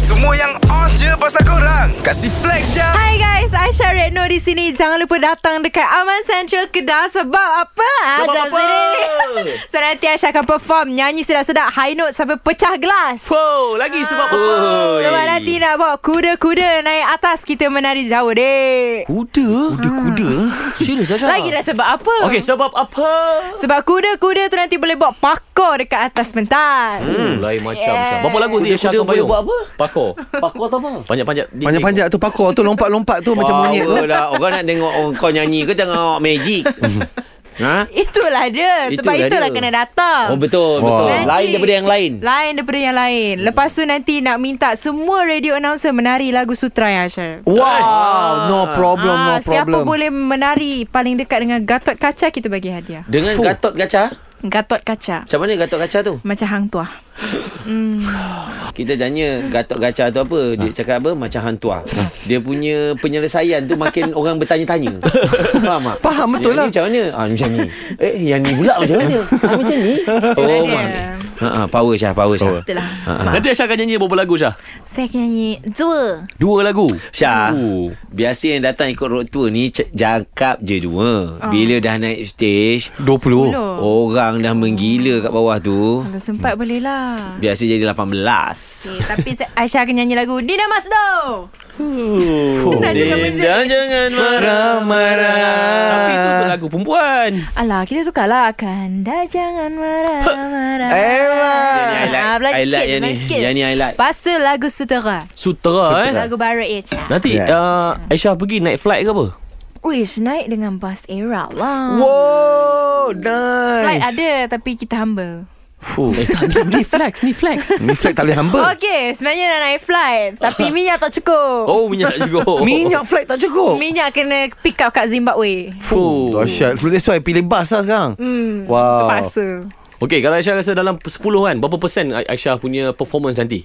Semua yang on je pasal korang Kasih flex je Hai guys, Aisyah Retno di sini. Jangan lupa datang dekat Aman Central Kedah sebab apa? Ah, Sebab jam apa? so nanti Aisyah akan perform nyanyi sedap-sedap high note sampai pecah gelas. Wow, lagi sebab apa? Sebab nanti nak bawa kuda-kuda naik atas kita menari jauh dek. Kuda? Kuda-kuda? Serius Aisyah? Lagi dah sebab apa? Okey, sebab apa? Sebab kuda-kuda tu nanti boleh buat parkour dekat atas pentas. Hmm. Lain macam Yes. Aisyah. Berapa lagu ni Aisyah Kuda-kuda akan payung? boleh buat apa? Pakor. Pakor atau apa? Panjat-panjat. dinding. Panjat-panjat tu pakor tu Lompat-lompat tu Macam monyet tu Power lah. Orang nak tengok orang kau nyanyi ke tengok awak magic. Ha? Itulah dia. Sebab Itulah itulah dia. kena datang. Oh betul, Wah. betul. Magic. Lain daripada yang lain. Lain daripada yang lain. Lepas tu nanti nak minta semua radio announcer menari lagu Sutra ya Syar. Wow No problem No Ah, Siapa problem boleh menari paling dekat dengan Gatot Kaca kita bagi hadiah. Dengan Fuh. Gatot Kaca. Gatot Kaca. Macam mana Gatot Kaca tu? Macam hang tua. Kita tanya Gatot Kaca tu apa? Ha. Dia cakap apa? Macam hantua. Dia punya penyelesaian tu makin orang bertanya-tanya. Faham tak? Faham, betul lah. Yang ni Macam mana? Ah, macam ni. Eh, yang ni pula macam mana? Ah, macam ni. Itulah Oh, dia. mami. Ha, ha, power Syah, power Syah. Itulah. Nanti Aisyah akan nyanyi berapa lagu Syah? Saya akan nyanyi dua. Dua lagu. Syah Oh. Biasa yang datang ikut road tour ni c- Cakap je dua Bila dah naik stage 20 Orang dah menggila kat bawah tu Kalau sempat Hmm. boleh lah. Biasa jadi 18 Okay, tapi saya- Aisyah akan nyanyi lagu Dina Masdo. Nak cakap macam Dinda jangan marah-marah Tapi itu untuk lagu perempuan. Alah, kita sukalah. Kanda jangan marah-marah. Yang ni Eh, I like, Ah, belajar I like sikit, yang ni belajar sikit. Yang ni I like Pasal lagu Sutera. Sutera eh. Lagu baru Aisyah. Nanti Yeah. uh, Aisyah pergi naik flight ke apa? Wish naik dengan bas era lah. Wow Flight Oh, Nice ada tapi kita humble. Fuh. Eh, ni flex, ni flex. Ni flag tak boleh humble Okey, sebenarnya nak naik flight tapi minyak tak cukup. Oh, minyak tak cukup. Minyak flag tak Oh. cukup Minyak kena pick up kat Zimbabwe. Fuh. Dahsyat So, That's why pilih bas lah sekarang Hmm. Ah. Wow. Terpaksa. Okey, kalau Aisyah rasa dalam 10 kan, berapa persen Ai- Aisyah punya performance nanti?